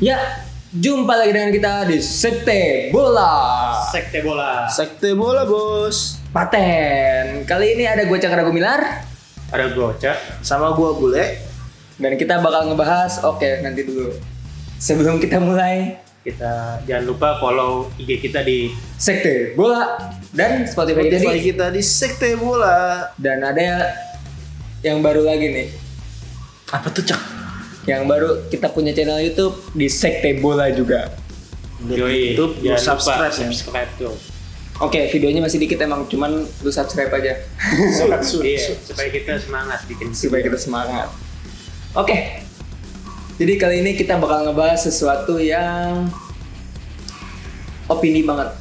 Ya, jumpa lagi dengan kita di Sekte Bola. Sekte bola. Sekte bola bos. Paten. Kali ini ada gue Cakra Gumilar Ada gocak. Sama gua bule. dan kita bakal ngebahas oke nanti dulu. Sebelum kita mulai Kita jangan lupa follow IG kita di Sekte Bola dan Spotify, kita Spotify di- kita di sekte bola. dan ada yang baru lagi nih. Apa tuh cak? Yang baru kita punya channel YouTube di Sekte Bola juga. Di Yoi, YouTube lu jangan lupa subscribe ya. subscribe tuh. Oke, videonya masih dikit emang, cuman lu subscribe aja Iya, supaya kita semangat bikin supaya kita semangat. Oke. Jadi kali ini kita bakal ngebahas sesuatu yang opini banget.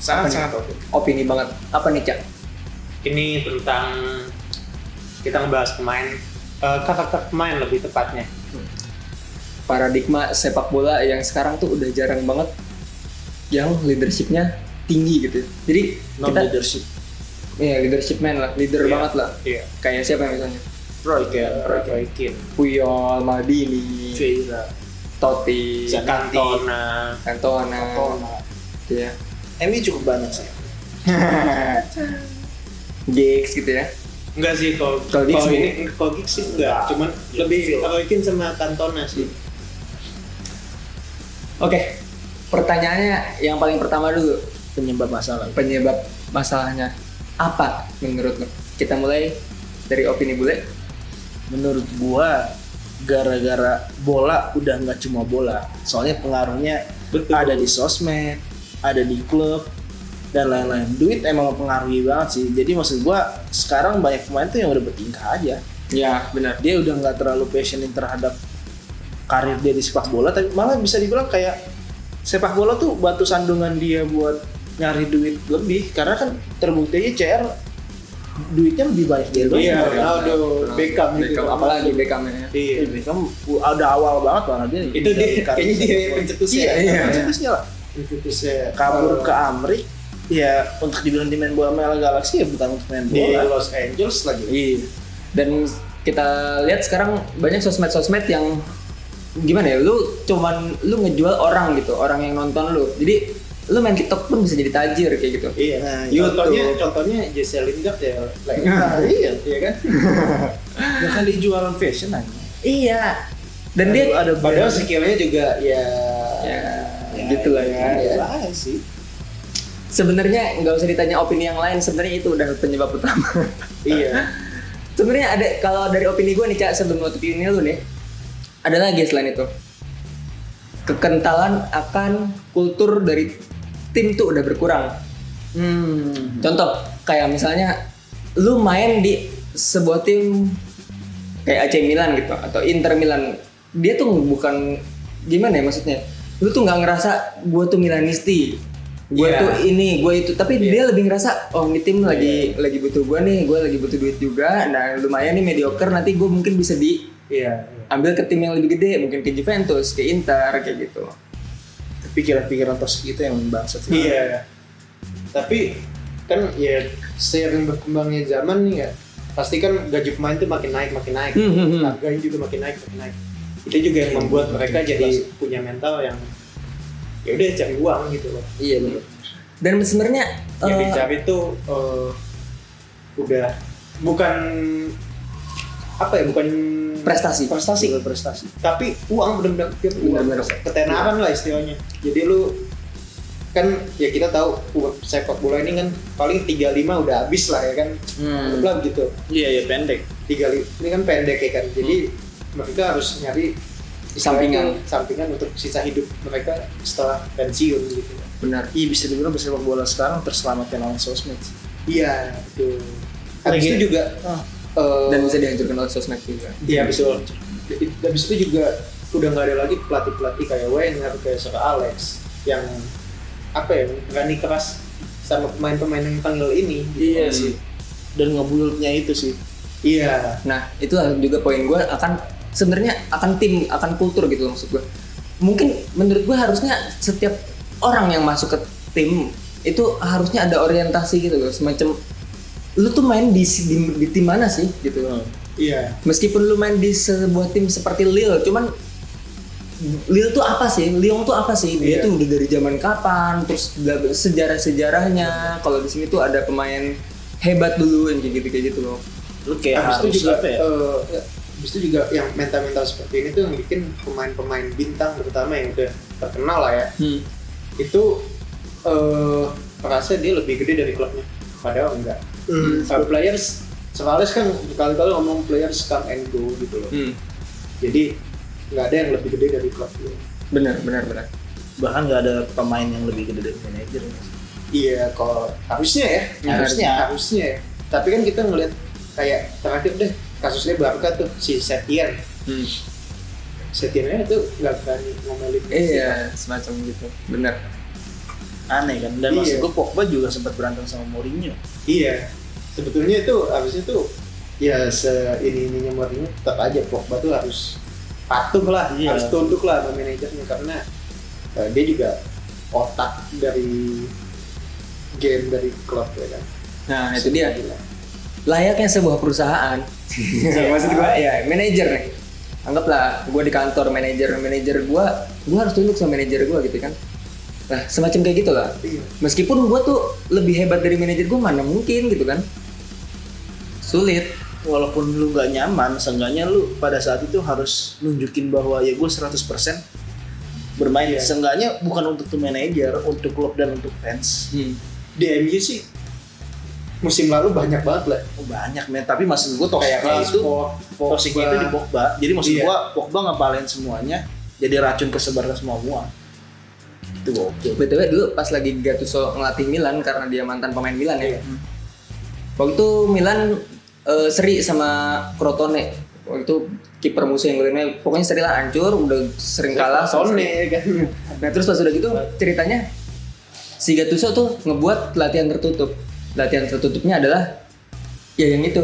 Sangat sangat oke. Opini banget. Apa nih, Cak? ini tentang kita ngebahas pemain eh, karakter pemain lebih tepatnya. Paradigma sepak bola yang sekarang tuh udah jarang banget yang leadershipnya tinggi gitu. Jadi Non kita leadership. ya leadership man lah, leader Iya. banget lah. Iya. Kayak siapa yang misalnya? Roy kayak Roy Roy Keane, Puyol, Maldini, Vieira. Totti, Zanetti. Cantona, Cantona, Toma. gitu ya. MU cukup banyak sih. Giggs gitu ya. Enggak sih kalau Kalau Giggs kalau sih. ini kalau Giggs sih enggak, cuman Ya, lebih feel. Roy Keane sama Cantona sih. Oke, pertanyaannya yang paling pertama dulu Penyebab masalah. penyebab masalahnya apa menurut lo? Kita mulai dari opini bule. Menurut gua gara-gara bola udah nggak cuma bola. Soalnya pengaruhnya Betul. ada di sosmed, ada di klub dan lain-lain. Duit emang mempengaruhi banget sih. Jadi maksud gua sekarang banyak pemain tuh yang udah bertingkah aja. Ya benar. dia udah nggak terlalu passionate terhadap karir dia di sepak bola tapi malah bisa dibilang kayak sepak bola tuh batu sandungan dia buat nyari duit lebih karena kan terbukti aja CR duitnya lebih banyak dia doang Iya, sebenarnya. Ronaldo, Beckham itu. gitu. Beckham, apalagi Beckham ya. Iya, Iya. Beckham udah awal banget malah dia Itu dia, dari karir kayaknya dia sepak bola. pencetusnya. iya, Iya. pencetusnya lah Indonesia kabur ke Amrik ya untuk dibilang di main bola Mela Galaxy ya bukan untuk main di bola Los Angeles lagi. iya Dan kita lihat sekarang banyak sosmed-sosmed yang gimana ya? Lu cuman lu ngejual orang gitu, orang yang nonton lu. Jadi lu main TikTok pun bisa jadi tajir kayak gitu. Iya. Nah, contohnya YouTube. contohnya Jesse Lingard ya. Like, Nah, iya iya kan? ya kali jualan fashion aja Iya. Dan dia ada Padahal skillnya juga ya Ah, ya, Iya. gitu lah ya. Lah sih. Sebenarnya nggak usah ditanya opini yang lain, sebenarnya itu udah penyebab utama. iya. Sebenarnya ada kalau dari opini gue nih cak sebelum nutup ini lu nih, ada lagi selain itu kekentalan akan kultur dari tim tuh udah berkurang. Hmm. Contoh kayak misalnya lu main di sebuah tim kayak AC Milan gitu atau Inter Milan, dia tuh bukan gimana ya maksudnya, lu tuh nggak ngerasa gue tuh Milanisti, gue Iya. tuh ini gue itu tapi dia lebih ngerasa oh ini tim lagi lagi butuh gue nih gue lagi butuh duit juga nah lumayan nih mediocre nanti gue mungkin bisa diambil Iya. ke tim yang lebih gede mungkin ke Juventus ke Inter kayak gitu Pikiran-pikiran toksik itu yang membangsat. Iya. Tapi kan ya seiring berkembangnya zaman nih ya pasti kan gaji pemain tuh makin naik makin naik Hmm, hmm, Iya. hmm. harganya juga makin naik makin naik itu juga yang membuat mereka jadi punya mental yang ya udah cari uang gitu loh iya benar dan sebenarnya eh, yang Iya, dicari tuh eh, udah bukan apa ya bukan prestasi Prestasi. Prestasi. tapi uang benar-benar pure uang Bener-bener. ketenaran lah istilahnya jadi lu kan ya kita tahu u- sepak bola ini kan paling 35 udah habis lah ya kan Hmm. Anggaplah gitu Iya, iya pendek. Hmm. 35 ini kan pendek ya kan jadi mereka harus nyari istilahnya Sampingan. tuh sampingan untuk sisa hidup mereka setelah pensiun gitu benar Iya bisa dibilang sepak bola sekarang terselamatkan oleh sosmed. sih. iya itu habis Lagi- ya? itu juga eh, dan bisa dihancurkan oleh sosmed juga Iya betul. Habis itu juga udah nggak ada lagi pelatih pelatih kayak Wenger kayak Sir Alex yang apa ya berani keras sama pemain-pemain yang panggil ini. gitu. Iya sih. Dan ngebulutnya itu sih. Iya. Nah, itulah juga poin gue akan sebenarnya akan tim, akan kultur gitu loh maksud gue. Mungkin menurut gue harusnya setiap orang yang masuk ke tim itu harusnya ada orientasi gitu loh semacam lu tuh main di si- di, di tim mana sih gitu loh. Iya. Meskipun lu main di sebuah tim seperti Lille, cuman Lille tuh apa sih? Lyon tuh apa sih? Dia Iya. tuh udah dari zaman kapan? Terus bla- sejarah-sejarahnya. Kalau di sini tuh ada pemain hebat dulu yang kayak gitu kayak gitu loh. lu kayak Habis harus itu juga, apa ya? eh, habis itu juga yang mental-mental seperti ini tuh yang bikin pemain-pemain bintang terutama yang udah terkenal lah ya, Hmm. itu eh merasa dia lebih gede dari klubnya. Padahal enggak. Kalau Eh, players, Seralis kan berkali-kali ngomong players come and go gitu loh. Hmm. Jadi nggak ada yang lebih gede dari klub lu. Benar, benar, benar. bahkan nggak ada pemain yang lebih gede dari manajer Iya, kalau harusnya ya. Harusnya. Harusnya ya. Tapi kan kita ngeliat kayak terakhir deh kasusnya Barca tuh si Setien. Hmm. Setiennya itu nggak berani ngomelin Messi. Iya, semacam gitu. Benar. aneh kan dan maksud Iya. gue Pogba juga sempat berantem sama Mourinho Iya. Sebetulnya itu harusnya tuh ya seini-ininya Mourinho tetap aja Pogba tuh harus patuh lah, Iya. harus tunduk lah sama manajernya karena eh, dia juga otak dari game dari klub ya kan. Nah, itu dia. Gila. layaknya sebuah perusahaan. Maksud gua ya manajer nih. Anggaplah gua di kantor manajer manajer gua, gua harus tunduk sama manajer gua gitu kan. Nah, semacam kayak gitu lah. Iya. Meskipun gua tuh lebih hebat dari manajer gua mana mungkin gitu kan. Sulit. walaupun lu nggak nyaman seenggaknya lu pada saat itu harus nunjukin bahwa ya gue 100% bermain Iya. seenggaknya bukan untuk tim manajer untuk klub dan untuk fans Hmm. Di MU sih musim lalu banyak banget lah Oh, banyak men tapi maksud gue toxic Nah, Rashford, itu Pogba. toxic itu di Pogba jadi maksud Iya. gua Pogba ngepalin semuanya jadi racun kesebar ke semua gua itu gokil BTW dulu pas lagi Gattuso ngelatih Milan karena dia mantan pemain Milan ya. Iya. Waktu itu Milan eh, seri sama Crotone. Waktu itu kiper musuh yang golinnya pokoknya seri lah hancur, udah sering kalah. sama Sonne seri. kan. Nah terus pas udah gitu ceritanya si Gattuso tuh ngebuat latihan tertutup. Latihan tertutupnya adalah ya yang itu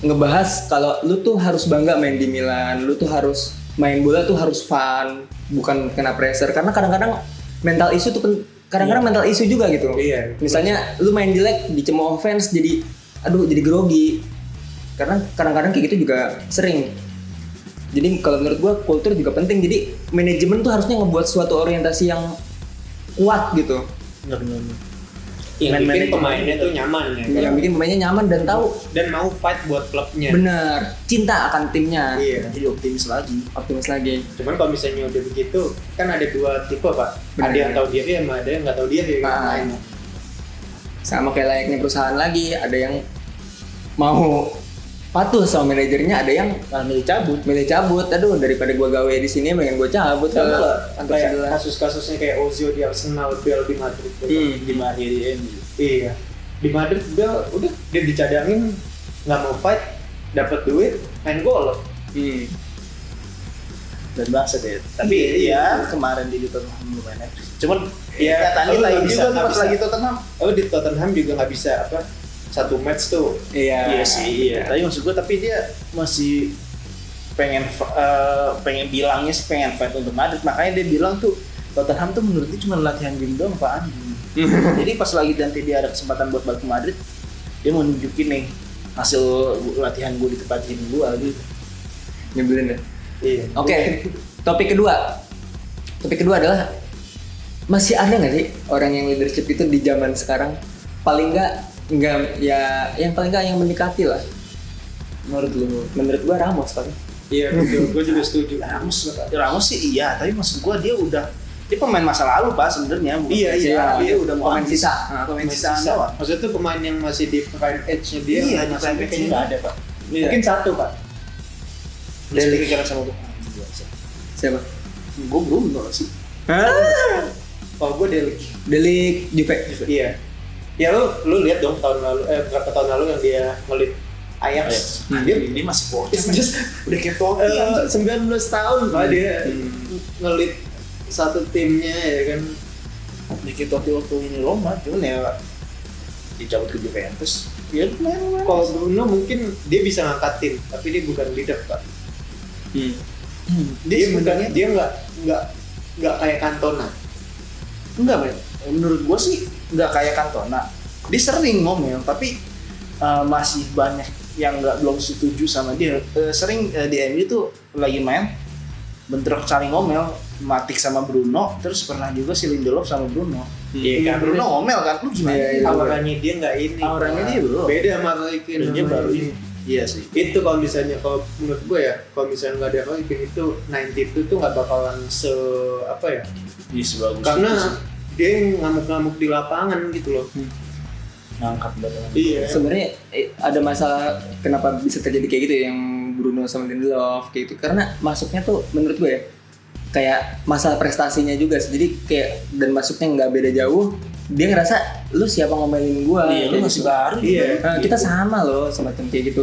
ngebahas kalau lu tuh harus bangga main di Milan, lu tuh harus main bola tuh harus fun, bukan kena pressure karena kadang-kadang mental isu tuh pen- kadang-kadang mental isu juga gitu. Iya. Misalnya lu main jelek dicemooh fans jadi aduh jadi grogi. Karena kadang-kadang kayak gitu juga sering. Jadi kalau menurut gua kultur juga penting. Jadi manajemen tuh harusnya ngebuat suatu orientasi yang kuat gitu. nggak nyaman Yang Man bikin management. pemainnya tuh nyaman ya. kan. Yang bikin pemainnya nyaman dan Iya. tahu Dan mau fight buat klubnya. benar cinta akan timnya. Iya. jadi optimis lagi Optimis lagi. Cuman kalau misalnya udah begitu, kan ada dua tipe pak. Benar. Ada yang tahu diri sama ada yang nggak tahu diri. Nah, Nah, Sama kayak layaknya perusahaan lagi, ada yang mau patuh sama manajernya, ada yang malah Nah, milih cabut milih cabut. Aduh, daripada gua gawe di sini pengen gua cabut. ke sama lah. kantor Kayak sebelah. kasus-kasusnya kayak Ozil di Arsenal, Bell di Madrid. gitu. Hmm. di Maria di MU Iya. Di Madrid Bell udah dia dicadangin, nggak mau fight, dapat duit, main golf. Hmm. dan bangsa deh ya, tapi Iya. ya kemarin di Tottenham lumayan enak. cuman Iya, ya, katanya lu lagi nggak bisa bisa, nggak pas bisa. lagi Tottenham Oh di Tottenham juga nggak bisa apa satu match tuh. Iya. iya sih iya tapi maksud gua tapi dia masih pengen eh, pengen bilangnya sih pengen fight untuk Madrid makanya dia bilang tuh Tottenham tuh menurut dia cuma latihan game doang Pak jadi pas lagi nanti dia ada kesempatan buat balik ke Madrid dia mau nunjukin nih hasil gua- latihan gue di tempat gym gue gitu Nyebelin ya. Iya. Oke, topik kedua. Topik kedua adalah masih ada nggak sih orang yang leadership itu di zaman sekarang paling nggak nggak ya yang paling nggak yang mendekati lah menurut lu menurut gua Ramos paling Iya betul. Gue juga setuju. Ramos Ramos sih iya tapi maksud gue dia udah dia pemain masa lalu pak sebenarnya bukan Iya pemain iya. sekarang. Dia udah mau pemain habis. sisa Nah, pemain Pemain sisaan sisa. doang Maksudnya tuh pemain yang masih di prime edge-nya dia. Iya, masih di prime kayaknya edge-nya nggak ada pak. Iya. Mungkin satu pak. Terus pikiran sama Tuhan siapa Ah! gue belum tau sih Oh gue Delik. Delik Juve Iya. Ya lu lu lihat dong tahun lalu eh berapa tahun lalu yang dia ngelit Ajax. Nah, Dia dia ini masih bocil it's just udah kayak topi eh, 19 tahun Ah, pak dia Hmm. ngelit satu timnya ya kan. udah kayak topi waktu ini Roma cuman ya dicabut ke Juventus ya lumayan Kalau Bruno mungkin dia bisa ngangkat tim, tapi dia bukan leader pak. hmm. Hmm, Dia, bukan sebenarnya dia nggak nggak nggak kayak Cantona. enggak men menurut gue sih nggak kayak Cantona dia sering ngomel tapi eh, masih banyak yang nggak belum setuju sama dia Eh, sering eh, di MU tuh lagi main bentrok saling ngomel Matik sama Bruno terus pernah juga si Lindelof sama Bruno Iya, kan. Bruno ngomel kan lu gimana Iya, iya. Awalnya- auranya dia nggak ini Auranya dia belum. beda sama Roykin dia baru ini iya sih itu kalau misalnya kalau menurut gue ya kalau misalnya nggak ada Roykin itu 92 tuh nggak bakalan se apa ya dia Iya, sebagus karena itu sih. dia yang ngamuk-ngamuk di lapangan gitu loh Hmm. ngangkat banget iya sebenarnya eh, ada masalah kenapa bisa terjadi kayak gitu ya, yang Bruno sama Lindelof kayak gitu karena masuknya tuh menurut gue ya kayak masalah prestasinya juga sih jadi kayak dan masuknya nggak beda jauh dia ngerasa lu siapa ngomelin gua iya lu Kayak masih gitu. baru Iya. juga. Nah, kita sama loh semacam kayak gitu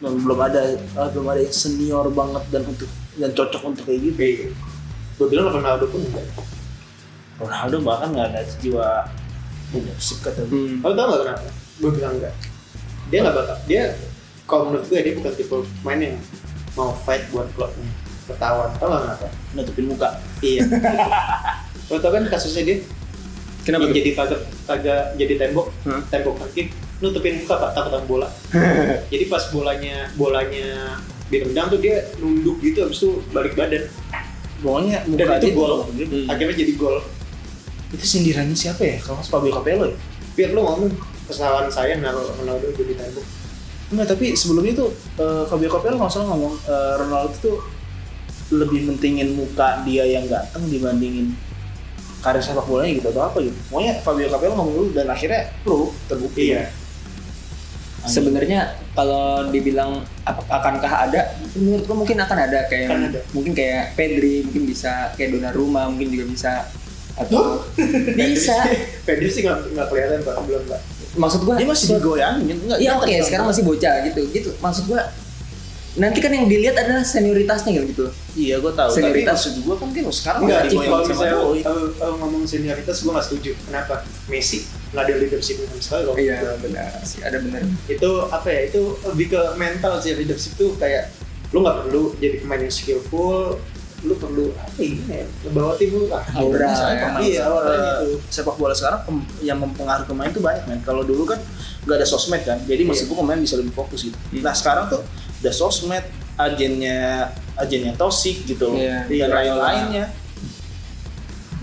belum ada ah, belum ada yang senior banget dan untuk dan cocok untuk kayak gitu iya gue bilang Ronaldo pun enggak Ronaldo bahkan nggak ada jiwa leadership kata gue Hmm. Lo tau gak kenapa? Gue bilang enggak Dia gak bakal Dia kalau menurut gue dia bukan tipe pemain yang Mau fight buat klubnya Ketahuan Tau gak kenapa? nutupin muka Iya Lo tau kan kasusnya dia kenapa tuh? yang jadi kagak kagak jadi tembok Hah? Tembok kaki Nutupin muka pak takut sama bola Jadi pas bolanya Bolanya direndam tuh dia nunduk gitu Abis itu balik badan pokoknya muka Dan itu dia gol. tuh- Hmm. Akhirnya jadi gol itu sindirannya siapa ya kalau nggak Fabio Capello ya Biar lo ngomong kesalahan saya naruh Ronaldo jadi tembok Enggak, tapi sebelumnya tuh eh, Fabio Capello nggak salah ngomong eh, Ronaldo tuh lebih mentingin muka dia yang ganteng dibandingin karir sepak bolanya gitu atau apa gitu. Pokoknya Fabio Capello ngomong dulu dan akhirnya pro terbukti. Iya sebenarnya kalau dibilang ap- akankah ada menurut gua mungkin akan ada kayak Akan ada. mungkin kayak Pedri mungkin bisa kayak Donnarumma mungkin juga bisa atau bisa Pedri sih gak, nggak kelihatan pak Belum pak maksud gua Dia masih digoyangin. Enggak, Iya dia oke, kan- sekarang masih bocah gitu. Gitu maksud gua nanti kan yang dilihat adalah senioritasnya gitu. Iya, gue tahu. Tapi Senioritas. maksud gue kan dia sekarang Enggak, nggak Cik, kalau digoyangin sama misalnya doi. kalau- kalau ngomong senioritas gue gak setuju. Kenapa? Messi nggak ada leadership sama sekali loh. Iya benar sih, ada benar. Itu apa ya? Itu lebih ke mental sih leadership tuh kayak lu nggak perlu jadi pemain yang skillful, lu perlu apa ya, gimana ya? Bawa tim lu lah. Aura, Misalnya ya. pemain Iya, aura eh, gitu. sepak bola sekarang pem- yang mempengaruhi pemain tuh banyak men. Kalau dulu kan nggak ada sosmed kan, jadi maksud gua pemain bisa lebih fokus gitu. Hmm. Nah sekarang tuh ada sosmed, agennya agennya tosik gitu loh, Iya. dan lain-lainnya.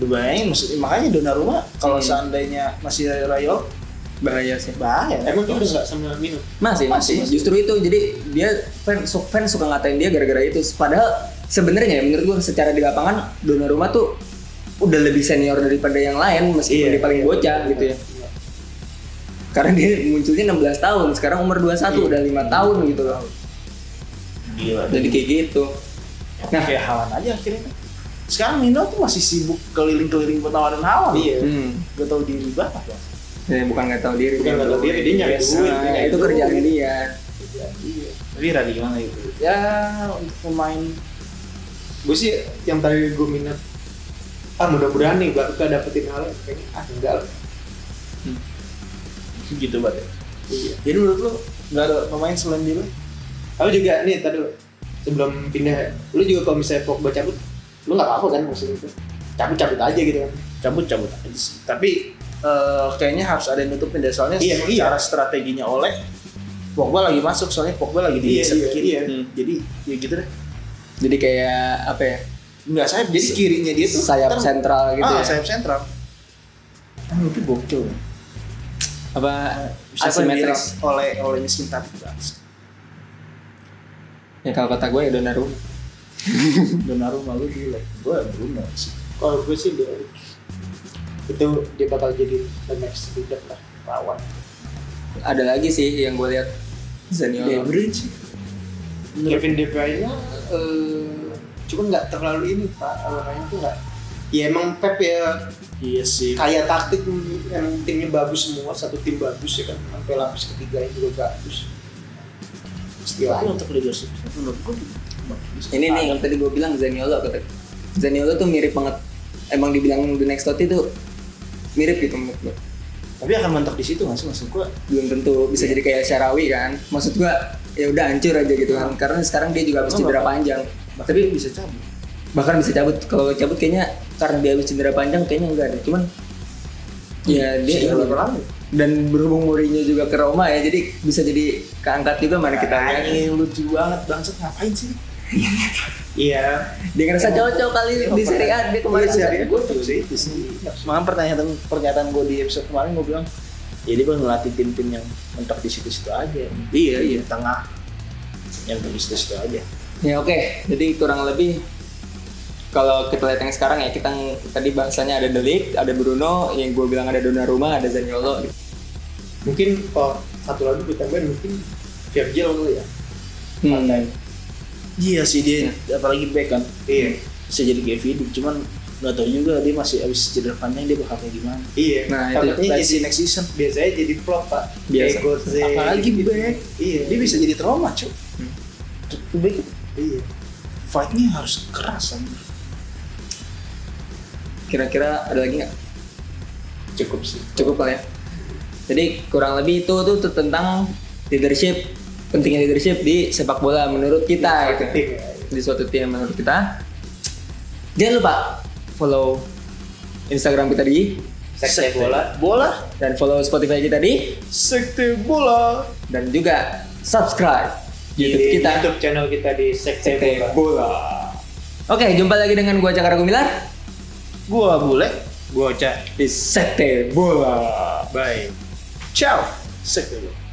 Lu bayangin, maksud- makanya Donnarumma kalau Hmm. seandainya masih Rayo Bahaya sih. bahaya. Emang dia udah nggak sama Mino? Masih, Masih, masih, masih. Justru itu jadi dia fans fans suka ngatain dia gara-gara itu. Padahal sebenarnya ya, menurut gua secara di lapangan Donnarumma tuh udah lebih senior daripada yang lain meskipun dia paling bocah gitu ya. Iya. Karena dia munculnya 16 tahun, sekarang umur 21 udah 5 tahun gitu loh. Gila. Jadi kayak gitu. Nah, kayak Halan aja akhirnya. Sekarang Mino tuh masih sibuk keliling-keliling buat nawarin Halan. Iya. Hmm. Gak tau diri banget. loh. Ya, bukan nggak tahu diri. Bukan nggak tahu diri, dia nyari Biasa, duit, dia nyari itu duit. kerjaan dia. Iya. Tapi Radi gimana itu? Ya untuk pemain Gue sih yang tadi gue minat ah mudah-mudahan nih Barca dapetin hal yang kayaknya ah enggak lah. gitu banget. ya. Iya. Jadi menurut lu nggak ada pemain selain dia? Aku juga nih tadi sebelum pindah, lu juga kalau misalnya Pogba cabut, lu nggak apa-apa kan maksudnya itu? Cabut-cabut aja gitu kan? Cabut cabut aja sih. Tapi eh, kayaknya harus ada yang nutupin deh soalnya Iya, iya. secara strateginya oleh Pogba lagi masuk soalnya Pogba lagi di Iya, set iya, kiri. iya. Hmm. Jadi ya gitu deh. Jadi kayak apa ya? Enggak sayap. Jadi kirinya dia tuh sayap kan- ntar- sentral gitu ah, ya. sayap sentral. Ah, itu bocil. Apa asimetris? oleh oleh miskin tapi nggak. Ya kalau kata gue ya Donnarumma. Donnarumma lu gila. Gue Bruno sih. Kalau gue sih dia itu dia bakal jadi the next leader lah lawan. Ada lagi sih yang gue lihat senior. De Bruyne Ya, sih. Kevin De Bruyne eh, cuma nggak terlalu ini pak, orangnya tuh nggak. Ya emang Pep ya Iya sih. kayak taktik yang timnya bagus semua, satu tim bagus ya kan, sampai lapis ketiganya juga bagus. Tapi Istilahnya. untuk leadership menurut gue bagus. Ini nih Ah, yang tadi gue bilang Zaniolo kata. Zaniolo tuh mirip banget. Emang dibilang the next Totti tuh mirip gitu menurut gue. Tapi akan mentok di situ nggak sih maksud gue? Belum tentu bisa jadi kayak Syarawi kan. Maksud gue ya udah hancur aja gitu kan. Karena sekarang dia juga habis Emang cedera bakal- panjang. Tapi bisa cabut. bahkan bisa cabut kalau cabut kayaknya karena dia habis cedera panjang kayaknya enggak deh cuman ya dia Sudah berapa lama? dan berhubung Mourinho juga ke Roma ya jadi bisa jadi keangkat juga mana kita lihat Anjing lucu banget bangsat ngapain sih? Iya, dia ngerasa cocok kali di Iya, Serie A dia kemarin Iya, Serie A juga. gue tuh sih itu sih. Semalam pertanyaan pernyataan gue di episode kemarin gue bilang, ya dia bakal ngelatih tim-tim yang mentok di situ-situ aja. iya Di tengah yang di situ-situ aja. Ya oke, jadi kurang lebih kalau kita lihat yang sekarang ya kita tadi bahasanya ada Delik, ada Bruno, yang gue bilang ada Donnarumma, ada Zaniolo. mungkin kalau satu lagi ditambahin mungkin Virgil dulu ya. Hmm. Iya sih dia, apalagi back kan Iya, bisa jadi kayak Vidic, cuman nggak tahu juga dia masih abis cedera panjang dia bakal kayak gimana. iya. Nah, itu Takutnya Let's see jadi next season. biasanya jadi flop pak. Biasa. Kayak Gotze, Apalagi gitu. back, Iya, dia bisa jadi trauma cuy. Hmm. Tuh back Iya. fightnya harus keras anjir. Kira-kira ada lagi nggak? Cukup sih. Cukup kali ya. Jadi kurang lebih itu tuh tentang leadership, pentingnya leadership di sepak bola menurut kita gitu. Tim ya. di suatu tim menurut kita. Jangan lupa follow Instagram kita di Seksi bola. Bola, dan follow Spotify kita di sekte bola. dan juga subscribe YouTube di kita. Iya, YouTube channel kita di Sekte Sekte Bola. Bola. Oke, jumpa lagi dengan gua Cakar Gumilar Gua bule. Gua Ocha. di Sekte Bola. Bye. Ciao, sekte bola.